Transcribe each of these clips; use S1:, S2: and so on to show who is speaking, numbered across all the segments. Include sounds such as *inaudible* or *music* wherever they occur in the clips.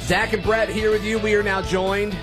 S1: Zach and Brett here with you. We are now joined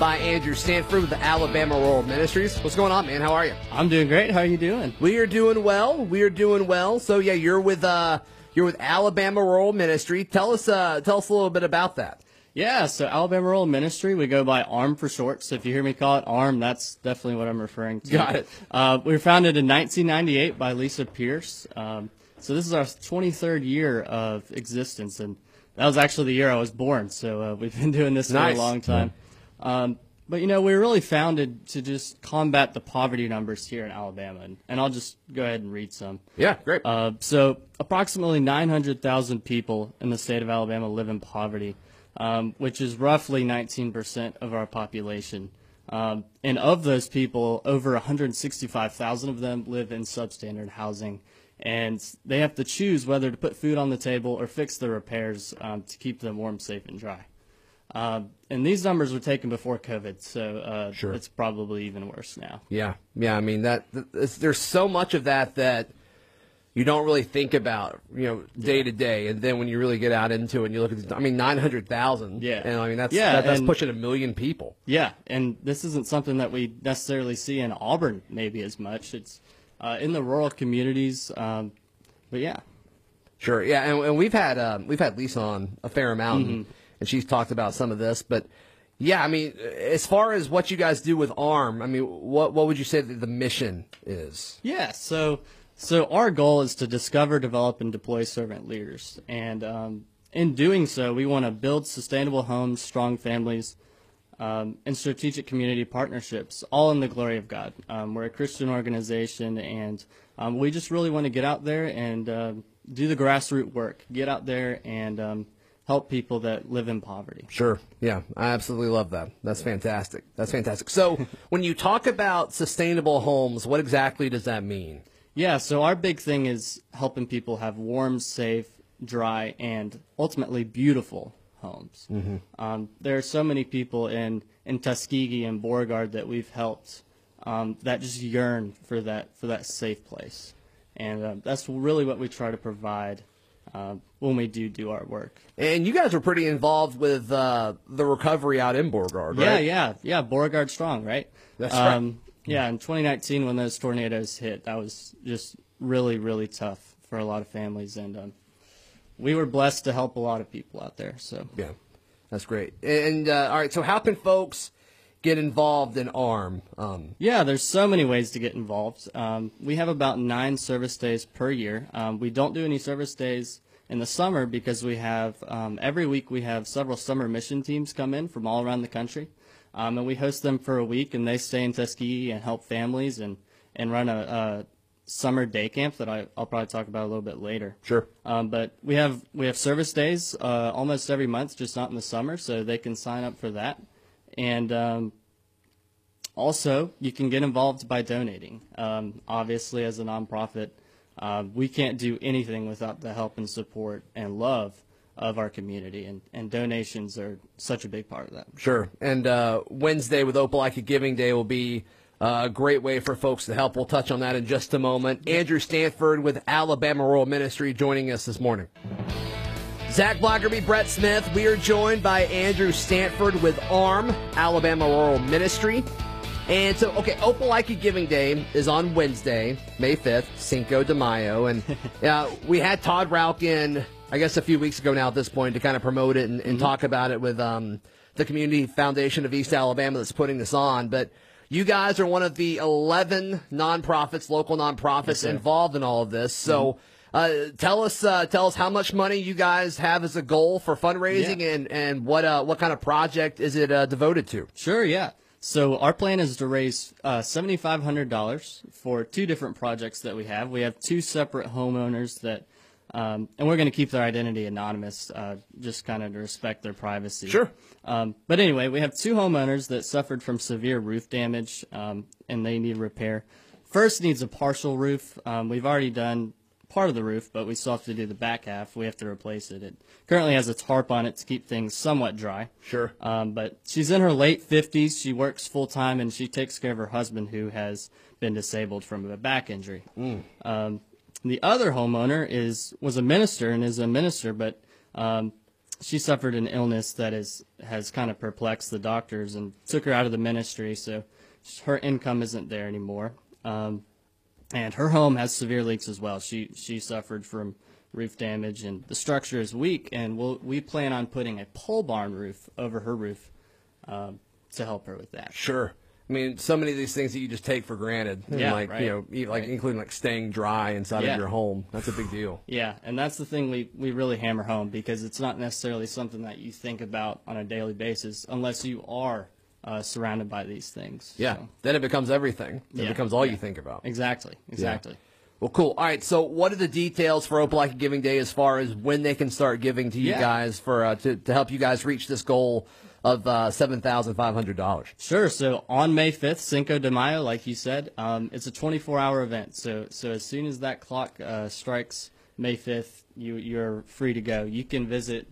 S1: by Andrew Stanford with the Alabama Rural Ministries. What's going on, man? How are you?
S2: I'm doing great. How are you doing?
S1: We are doing well. We are doing well. So yeah, you're with uh you're with Alabama Rural Ministry. Tell us uh tell us a little bit about that.
S2: Yeah, so Alabama Rural Ministry, we go by ARM for short. So if you hear me call it ARM, that's definitely what I'm referring to.
S1: Got it.
S2: Uh, we were founded in 1998 by Lisa Pierce. Um, so this is our 23rd year of existence, and that was actually the year I was born. So uh, we've been doing this
S1: Nice.
S2: for a long time. Um, but you know, we were really founded to just combat the poverty numbers here in Alabama, and, and I'll just go ahead and read some.
S1: Yeah, great.
S2: Uh, so approximately 900,000 people in the state of Alabama live in poverty, um, which is roughly 19% of our population. Um, and of those people, over 165,000 of them live in substandard housing. And they have to choose whether to put food on the table or fix the repairs um, to keep them warm, safe, and dry. Um, and these numbers were taken before COVID, so uh, it's probably even worse now.
S1: Yeah, yeah. I mean that th- it's- there's so much of that that you don't really think about, you know, day to day, and then when you really get out into it, and you look at, these, I mean, nine hundred thousand.
S2: Yeah.
S1: and I mean that's
S2: Yeah,
S1: that, that's
S2: and-
S1: pushing a million people.
S2: Yeah, and this isn't something that we necessarily see in Auburn maybe as much. It's uh, in the rural communities, um, but yeah,
S1: Sure. Yeah, and, and we've had um, we've had Lisa on a fair amount,
S2: Mm-hmm.
S1: and- and she's talked about some of this, but yeah, I mean, as far as what you guys do with ARM, I mean, what what would you say that the mission is?
S2: yeah. So, so our goal is to discover, develop, and deploy servant leaders, and um, in doing so, we want to build sustainable homes, strong families, um, and strategic community partnerships, all in the glory of God. Um, we're a Christian organization, and um, we just really want to get out there and um do the grassroots work. Get out there and um, help people that live in poverty.
S1: Sure. Yeah, I absolutely love that. That's fantastic. That's fantastic.
S2: *laughs*
S1: So, when you talk about sustainable homes, what exactly does that mean?
S2: Yeah, so our big thing is helping people have warm, safe, dry, and ultimately beautiful homes. Um, there are so many people in, in Tuskegee and Beauregard that we've helped um, that just yearn for that for that safe place, and um, that's really what we try to provide um, when we do do our work.
S1: And you guys were pretty involved with uh, the recovery out in Beauregard, right?
S2: Yeah, yeah, yeah. Beauregard strong, right? Um,
S1: That's right.
S2: Yeah, in 2019 when those tornadoes hit, that was just really, really tough for a lot of families, and um, we were blessed to help a lot of people out there. So
S1: Yeah, that's great. And uh, all right, so how can folks get involved in ARM? Um,
S2: Yeah, there's so many ways to get involved. Um, we have about nine service days per year. Um, we don't do any service days in the summer because we have um, every week we have several summer mission teams come in from all around the country, um, and we host them for a week, and they stay in Tuskegee and help families and and run a, a summer day camp that I, I'll probably talk about a little bit later.
S1: Sure.
S2: Um, but we have we have service days uh, almost every month, just not in the summer, so they can sign up for that. And um, also, you can get involved by donating. Um, obviously, as a nonprofit, uh, we can't do anything without the help and support and love of our community, and, and donations are such a big part of that.
S1: sure. And uh, Wednesday with Opelika Giving Day will be. uh, A great way for folks to help. We'll touch on that in just a moment. Andrew Stanford with Alabama Rural Ministry joining us this morning. Zach Blackerby, Brett Smith. We are joined by Andrew Stanford with ARM, Alabama Rural Ministry. And so, okay, Opelika Giving Day is on Wednesday, May 5th, Cinco de Mayo. And uh, we had Todd Rauch in, I guess, a few weeks ago now at this point to kind of promote it and, and talk about it with um, the Community Foundation of East Alabama that's putting this on. But you guys are one of the 11 nonprofits, local nonprofits involved in all of this. So, uh, tell us, uh, tell us how much money you guys have as a goal for fundraising,
S2: Yeah.
S1: and and what uh, what kind of project is it uh, devoted to?
S2: Sure, yeah. So our plan is to raise uh, $7,500 for two different projects that we have. We have two separate homeowners that, um, and we're going to keep their identity anonymous, uh, just kind of to respect their privacy.
S1: Sure.
S2: Um, but anyway, we have two homeowners that suffered from severe roof damage, um, and they need repair. First needs a partial roof. Um, we've already done part of the roof, but we still have to do the back half. We have to replace it. It currently has a tarp on it to keep things somewhat dry.
S1: Sure.
S2: Um, but she's in her late 50s. She works full time and she takes care of her husband who has been disabled from a back injury. Um, the other homeowner is was a minister and is a minister, but um, she suffered an illness that is has kind of perplexed the doctors and took her out of the ministry. So her income isn't there anymore, um, and her home has severe leaks as well. She she suffered from roof damage and the structure is weak. And we'll, we plan on putting a pole barn roof over her roof um, to help her with that.
S1: Sure. I mean, so many of these things that you just take for granted, and
S2: Yeah,
S1: like
S2: right.
S1: you know, e- like
S2: Right.
S1: including like staying dry inside
S2: Yeah.
S1: of your home. That's a big deal.
S2: Yeah, and that's the thing we, we really hammer home because it's not necessarily something that you think about on a daily basis unless you are uh, surrounded by these things.
S1: Yeah.
S2: So-
S1: Then it becomes everything. It
S2: Yeah.
S1: becomes all you
S2: Yeah.
S1: think about.
S2: Exactly. Exactly.
S1: Well, cool. All right. So, what are the details for Opelika Giving Day as far as when they can start giving to you
S2: Yeah.
S1: guys for uh, to to help you guys reach this goal of uh, seven thousand five hundred dollars?
S2: Sure. So on May 5th, Cinco de Mayo, like you said, um, it's a 24 hour event. So, so as soon as that clock uh, strikes May 5th, you, you're free to go. You can visit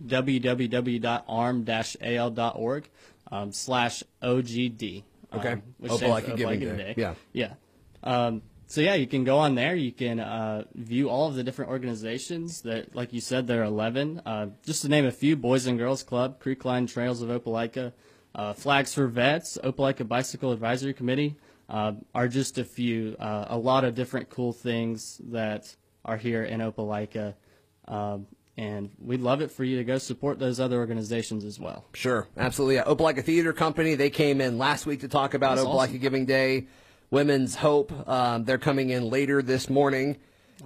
S2: www.arm-al.org um, slash OGD.
S1: Okay.
S2: Um, which
S1: Opelika
S2: stands for Opelika
S1: Giving
S2: Giving
S1: Day.
S2: Day.
S1: Yeah.
S2: Yeah. Um, so yeah, you can go on there. You can uh, view all of the different organizations that, like you said, there are eleven. Uh, just to name a few: Boys and Girls Club, Creekline Trails of Opelika, uh, Flags for Vets, Opelika Bicycle Advisory Committee uh, are just a few. Uh, a lot of different cool things that are here in Opelika, um, and we'd love it for you to go support those other organizations as well.
S1: Sure, absolutely. Yeah. Opelika Theater Company, they came in last week to talk about
S2: That's
S1: Opelika
S2: awesome.
S1: Giving Day, Women's Hope. Um, they're coming in later this morning.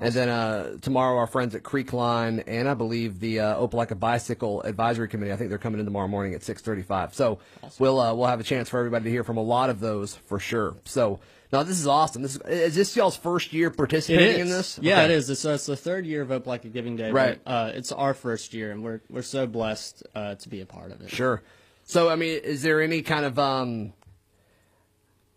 S1: And then uh, tomorrow, our friends at Creekline and I believe the uh, Opelika Bicycle Advisory Committee. I think they're coming in tomorrow morning at six thirty-five. So we'll uh, we'll have a chance for everybody to hear from a lot of those for sure. So now this is awesome. This is, is this y'all's first year participating in this?
S2: Yeah,
S1: Okay.
S2: it is. It's, uh, it's the third year of Opelika Giving Day.
S1: Right.
S2: but, uh, it's our first year, and we're we're so blessed uh, to be a part of it.
S1: Sure. So, I mean, is there any kind of, um,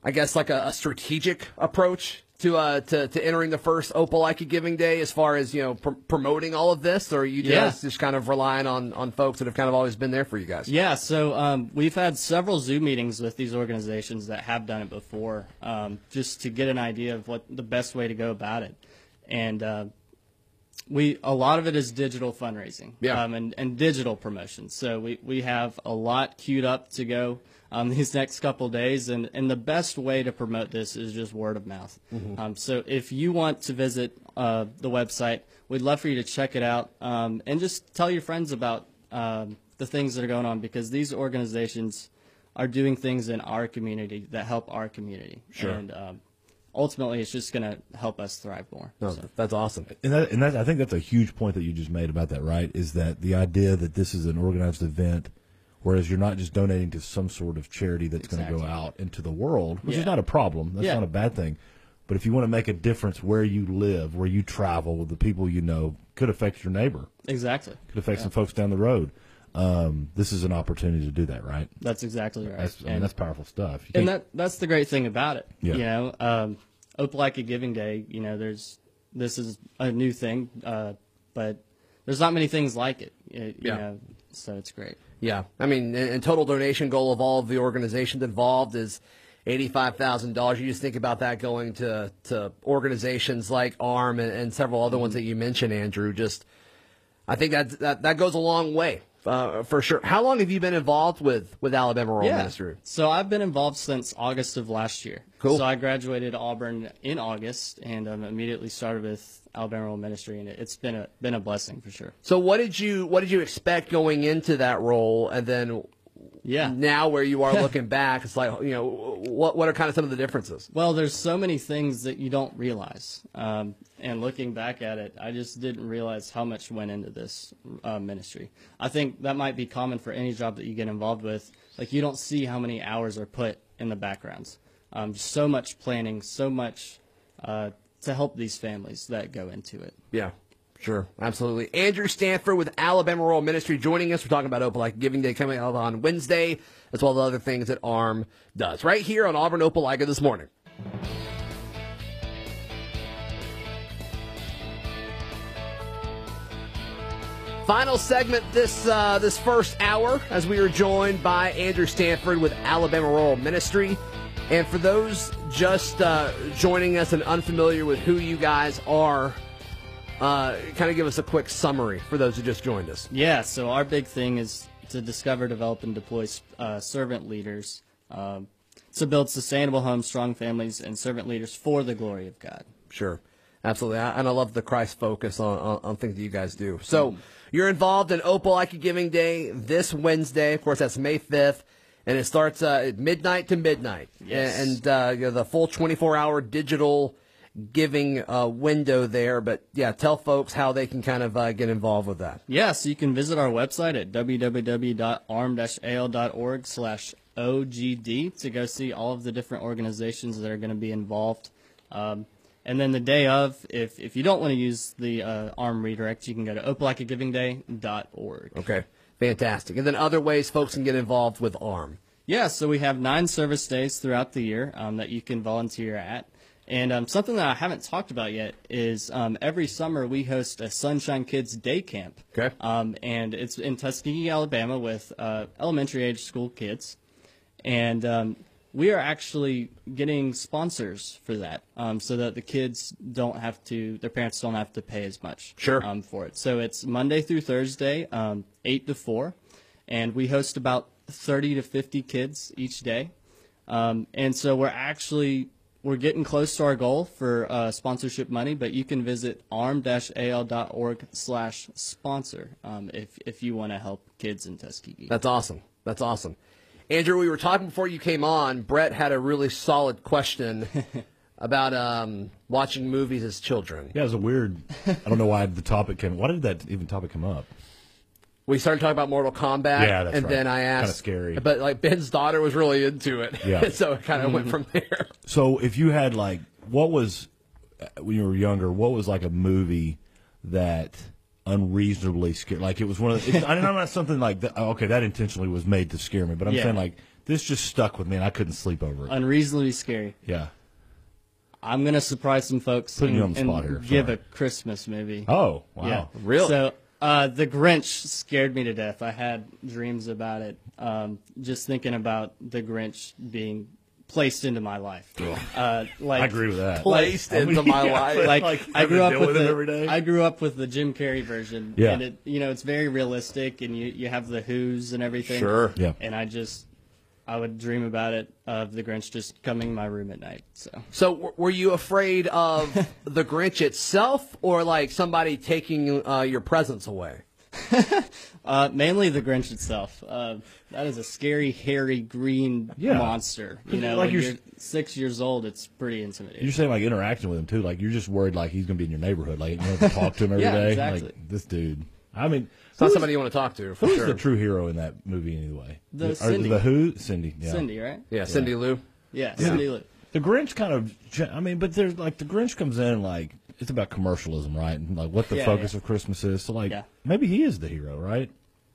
S1: I guess, like a, a strategic approach to, uh, to to entering the first Opelika Giving Day as far as you know pr- promoting all of this, or are you
S2: Yeah.
S1: just just kind of relying on on folks that have kind of always been there for you guys?
S2: Yeah, so um, we've had several Zoom meetings with these organizations that have done it before, um, just to get an idea of what the best way to go about it, and uh, we a lot of it is digital fundraising,
S1: Yeah.
S2: um, and and digital promotion. So we we have a lot queued up to go um, *laughs* these next couple days, and and the best way to promote this is just word of mouth.
S3: Mm-hmm.
S2: Um, so if you want to visit uh, the website, we'd love for you to check it out um, and just tell your friends about um, the things that are going on because these organizations are doing things in our community that help our community.
S1: Sure.
S2: And um, ultimately, it's just going to help us thrive more.
S1: No,
S2: So-
S1: that's awesome.
S3: And, that, and that, I think that's a huge point that you just made about that, right? Is that the idea that this is an organized event, whereas you're not just donating to some sort of charity that's going to
S2: Exactly.
S3: go out into the world, which
S2: Yeah.
S3: is not a problem. That's
S2: Yeah.
S3: not a bad thing. But if you want to make a difference where you live, where you travel, with the people you know, could affect your neighbor,
S2: Exactly.
S3: could affect some folks down the road. Um, this is an opportunity to do that, right?
S2: That's exactly right.
S3: That's, I mean,
S2: and,
S3: that's powerful stuff. You
S2: and
S3: can't-
S2: that that's the great thing about it.
S3: Yeah.
S2: You know, um, Opelika Giving Day. You know, there's this is a new thing, uh, but there's not many things like it. y- you
S1: Yeah.
S2: know, so it's great.
S1: Yeah, I mean, and, and total donation goal of all of the organizations involved is eighty-five thousand dollars. You just think about that going to to organizations like ARM and, and several other ones that you mentioned, Andrew. Just, I think that that, that goes a long way uh, for sure. How long have you been involved with with Alabama Rural Ministry?
S2: So I've been involved since August of last year.
S1: Cool.
S2: So I graduated Auburn in August and um, immediately started with Alabama Rural Ministry, and it, it's been a been a blessing for sure.
S1: So, what did you what did you expect going into that role, and then
S2: Yeah.
S1: now where you are looking back, it's like you know what what are kind of some of the differences?
S2: Well, there's so many things that you don't realize. Um, and looking back at it, I just didn't realize how much went into this uh, ministry. I think that might be common for any job that you get involved with. Like, you don't see how many hours are put in the backgrounds. Um, so much planning, so much uh, to help these families that go into it.
S1: Yeah, sure, absolutely. Andrew Stanford with Alabama Rural Ministry joining us. We're talking about Opelika Giving Day coming up on Wednesday, as well as other things that ARM does. Right here on Auburn Opelika this morning. Final segment this uh, this first hour as we are joined by Andrew Stanford with Alabama Rural Ministry. And for those just uh, joining us and unfamiliar with who you guys are, uh, kind of give us a quick summary for those who just joined us.
S2: Yeah, so our big thing is to discover, develop, and deploy uh, servant leaders um, to build sustainable homes, strong families, and servant leaders for the glory of God.
S1: Sure. Absolutely. I, and I love the Christ focus on, on, on things that you guys do. So you're involved in Opal Ike Giving Day this Wednesday. Of course, that's May 5th. And it starts uh, at midnight to midnight.
S2: Yes.
S1: A- And uh, you know, the full 24 hour digital giving uh, window there. But yeah, tell folks how they can kind of uh, get involved with that.
S2: Yeah, so you can visit our website at www.arm-al.org slash OGD to go see all of the different organizations that are going to be involved. Um, and then the day of, if, if you don't want to use the uh, ARM redirect, you can go to opalakagivingday.org.
S1: Okay. Fantastic. And then other ways folks can get involved with ARM.
S2: Yeah, so we have nine service days throughout the year um, that you can volunteer at. And um, something that I haven't talked about yet is um, every summer we host a Sunshine Kids Day Camp.
S1: Okay.
S2: Um, and it's in Tuskegee, Alabama, with uh, elementary age school kids. And um, we are actually getting sponsors for that um, so that the kids don't have to, their parents don't have to pay as much
S1: Sure.
S2: um, for it. So it's Monday through Thursday, um, 8 to 4. And we host about 30 to 50 kids each day. Um, and so we're actually we're getting close to our goal for uh, sponsorship money, but you can visit arm-al.org slash sponsor um, if, if you want to help kids in Tuskegee.
S1: That's awesome. That's awesome. Andrew, we were talking before you came on. Brett had a really solid
S3: *laughs*
S1: question about um, watching movies as children.
S3: Yeah, it was a weird. I don't know why the topic came. Why did that even topic come up?
S1: We started talking about Mortal Kombat,
S3: Yeah, that's
S1: and
S3: right.
S1: then I asked,
S3: Kinda scary.
S1: but like Ben's daughter was really into it, *laughs*
S3: Yeah. Mm-hmm.
S1: so it kind of went from
S3: *laughs*
S1: there.
S3: So if you had like, what was uh, when you were younger? What was like a movie that unreasonably scared? Like it was one of. The, it's, I mean, I'm not something like that. uh, Okay, that intentionally was made to scare me, but I'm
S2: Yeah.
S3: saying like this just stuck with me, and I couldn't sleep over it.
S2: Unreasonably scary.
S3: yeah.
S2: I'm going to surprise some folks
S3: Putting
S2: and,
S3: you on the
S2: and
S3: spot here,
S2: give
S3: sorry.
S2: a Christmas movie.
S3: Oh wow.
S2: Yeah.
S1: Really?
S2: So uh, the Grinch scared me to death. I had dreams about it. Um, just thinking about the Grinch being placed into my life. Uh, like
S3: I agree with that.
S1: Placed into
S3: *laughs*
S1: my life.
S2: Like, I
S3: having
S2: grew
S3: to
S2: up
S3: deal
S2: with,
S3: it
S2: the,
S3: every day.
S2: I grew up with the Jim Carrey version.
S3: Yeah.
S2: And it, you know, it's very realistic, and you you have the Who's and everything.
S1: Sure.
S3: Yeah.
S2: And I just. I would dream about it of the Grinch just coming in my room at night. So
S1: So, w- were you afraid of
S3: *laughs*
S1: the Grinch itself, or like somebody taking uh, your presence away?
S2: Uh, mainly the Grinch itself. Uh, that is a scary, hairy, green
S3: Yeah.
S2: monster. You know,
S3: Like
S2: when
S3: you're
S2: you're,
S3: s-
S2: six years old, it's pretty intimidating.
S3: You're saying like interacting with him too. Like you're just worried like he's gonna be in your neighborhood. Like you don't have to
S2: *laughs*
S3: talk to him every day.
S2: Yeah, exactly.
S3: Like this dude. I mean,
S1: It's not somebody you want to talk to, for
S3: who's
S1: sure.
S3: the true hero in that movie anyway?
S2: The
S3: Or
S2: Cindy.
S3: The who? Cindy. Yeah.
S2: Cindy, right?
S1: yeah, Cindy Lou.
S2: Yeah, Cindy Lou.
S3: The Grinch kind of. gen- I mean, but there's like the Grinch comes in like it's about commercialism, right? And like what the
S2: Yeah,
S3: focus
S2: yeah.
S3: of Christmas is. So like
S2: Yeah.
S3: maybe he is the hero, right?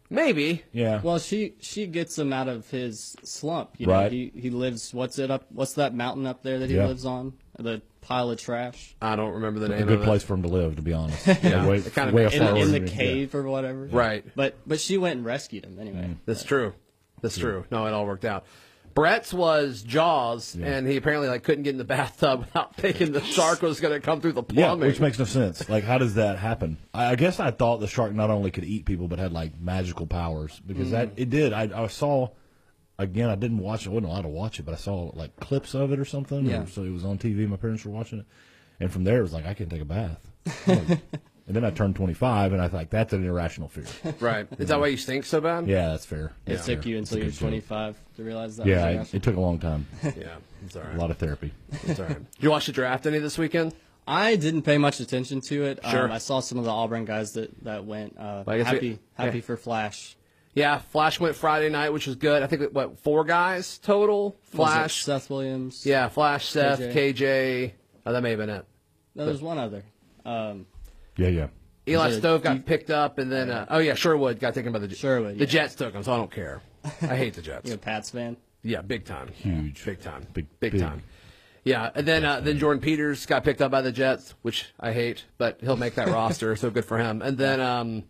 S1: Maybe.
S3: Yeah.
S2: Well, she she gets him out of his slump. You know,
S3: Right.
S2: he he lives. What's it up? What's that mountain up there that he
S3: Yeah.
S2: lives on? The pile of trash
S1: I don't remember the name
S3: a
S1: of
S3: good
S1: it.
S3: place for him to live, to
S2: *laughs*
S3: be honest. yeah. Way,
S1: It kind of
S3: way
S1: makes
S3: off
S2: in,
S3: our
S2: in the
S3: origin, yeah.
S2: cave or whatever. Mm.
S1: Right.
S2: But but she went and rescued him anyway.
S1: That's true. That's true. No, it all worked out. Brett's was Jaws, and he apparently like couldn't get in the bathtub *laughs* without thinking the shark was going to come through the
S3: Yeah,
S1: plumbing.
S3: which makes no sense. Like, how does that happen? I, I guess I thought the shark not only could eat people, but had like magical powers because that
S2: Mm.
S3: it did. I, I saw again. I didn't watch it. I wasn't allowed to watch it, but I saw like clips of it or something.
S2: Yeah.
S3: Or, so it was on TV. My parents were watching it, and from there it was like I can take a bath. Like, *laughs* and then I turned twenty five, and I was like, that's an irrational fear.
S1: *laughs* right? Is that why you stink so bad?
S3: Yeah, that's fair.
S2: *laughs* It
S3: That's
S2: took
S3: fair.
S2: you
S3: That's
S2: until
S3: a
S2: you're
S3: good joke.
S2: 25 to realize that.
S3: Yeah,
S2: was
S3: it, it took a long time.
S1: yeah. It's all
S3: a
S1: right.
S3: lot
S2: *laughs*
S3: of therapy.
S1: It's all right. Did you watch the draft any this weekend?
S2: I didn't pay much attention to it.
S1: Sure.
S2: Um, I saw some of the Auburn guys that that went. Uh,
S1: I guess
S2: happy,
S1: we-
S2: happy
S1: yeah.
S2: for Flash.
S1: Yeah, Flash went Friday night, which was good. I think what four guys total.
S2: Was it
S1: Flash,
S2: Seth Williams.
S1: yeah, Flash, Seth,
S2: KJ.
S1: KJ. Oh, that may have been it.
S2: No, there's one other. Um,
S3: Yeah, yeah.
S1: Eli
S2: Was it a
S1: Stove got
S2: deep-
S1: picked up, and then uh, oh yeah, Sherwood got taken by the
S2: Sherwood,
S1: The
S2: yeah.
S1: Jets took him, so I don't care. I hate the Jets.
S2: *laughs* you know, Pat's fan.
S1: Yeah, big time.
S3: Huge.
S1: Big time.
S3: Big-
S1: Big
S3: big.
S1: big time. Yeah, and then uh, then Jordan Peters got picked up by the Jets, which I hate, but he'll make
S3: *laughs*
S1: that roster, so good for him. And then um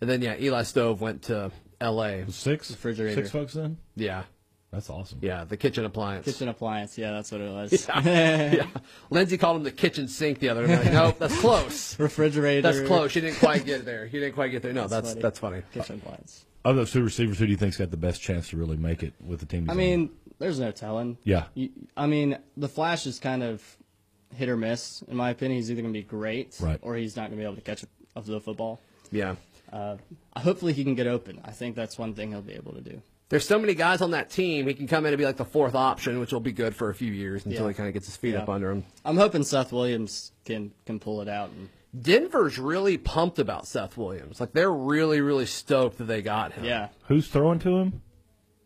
S1: and then yeah, Eli Stove went to LA.
S3: Six
S2: Refrigerator.
S3: Six folks in.
S1: Yeah.
S3: That's awesome.
S1: Yeah, the kitchen appliance. *laughs*
S2: Kitchen *laughs* appliance. Yeah, that's what it was.
S1: yeah. Lindsay called him the kitchen sink the other night. Nope, that's close.
S2: *laughs* Refrigerator.
S1: That's close. She didn't quite
S2: *laughs*
S1: get there. She didn't quite get there. No, that's
S2: funny.
S1: that's funny.
S2: Kitchen appliance.
S3: Of those two receivers, who do you think's got the best chance to really make it with the team? he's
S2: I
S3: on?
S2: mean, there's no telling.
S3: Yeah.
S2: You, I mean, the Flash is kind of hit or miss, in my opinion. He's either going to be great
S3: Right.
S2: or he's not going to be able to catch a, of the football.
S1: Yeah.
S2: Uh, hopefully, he can get open. I think that's one thing he'll be able to do.
S1: There's so many guys on that team. He can come in and be like the fourth option, which will be good for a few years until
S2: Yeah.
S1: he kind of gets his feet
S2: Yeah.
S1: up under him.
S2: I'm hoping Seth Williams can can pull it out. And,
S1: Denver's really pumped about Seth Williams. Like they're really, really stoked that they got him.
S2: yeah,
S3: who's throwing to him?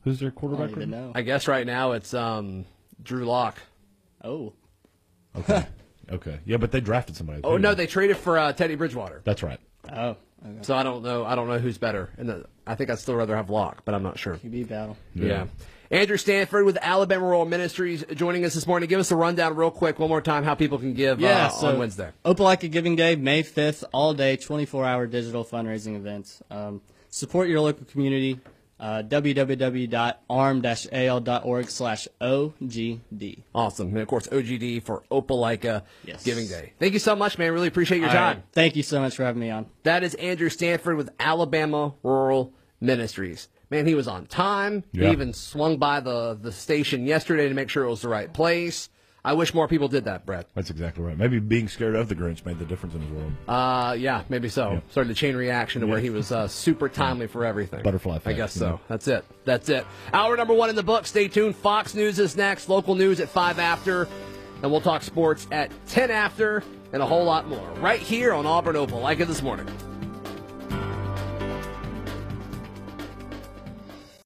S3: Who's their quarterback?
S2: I don't
S3: right
S2: even
S3: now?
S2: know.
S1: I guess right now it's um, Drew Lock.
S2: Oh,
S3: Okay. Yeah, but they drafted somebody.
S1: Oh
S2: Hmm.
S3: Who?
S1: no, they traded for uh, Teddy Bridgewater.
S3: That's right.
S2: oh, okay.
S1: So I don't know. I don't know who's better. And the, I think I'd still rather have Locke, but I'm not sure.
S2: QB battle.
S1: Yeah. Andrew Stanford with Alabama Rural Ministries joining us this morning. Give us a rundown real quick, one more time, how people can give
S2: Yeah,
S1: uh,
S2: so
S1: on Wednesday.
S2: Opelika Giving Day, May 5th, all day, 24 hour digital fundraising event. Um, support your local community. Uh, www.arm-al.org slash OGD.
S1: Awesome. And of course, OGD for Opelika
S2: Yes.
S1: Giving Day. Thank you so much, man. Really appreciate your
S2: All
S1: time.
S2: right. Thank you so much for having me on.
S1: That is Andrew Stanford with Alabama Rural Ministries. Man, he was on time.
S3: Yeah.
S1: He even swung by the, the station yesterday to make sure it was the right place. I wish more people did that, Brett.
S3: That's exactly right. Maybe being scared of the Grinch made the difference in his world.
S1: Uh, yeah, maybe so. Started the chain reaction to where he was uh, super timely for everything.
S3: Butterfly
S1: I
S3: effect,
S1: guess
S3: you
S1: so.
S3: know.
S1: That's it. That's it. Hour number one in the book. Stay tuned. Fox News is next. Local news at five after, and we'll talk sports at ten after, and a whole lot more right here on Auburn Opal. Like it this morning.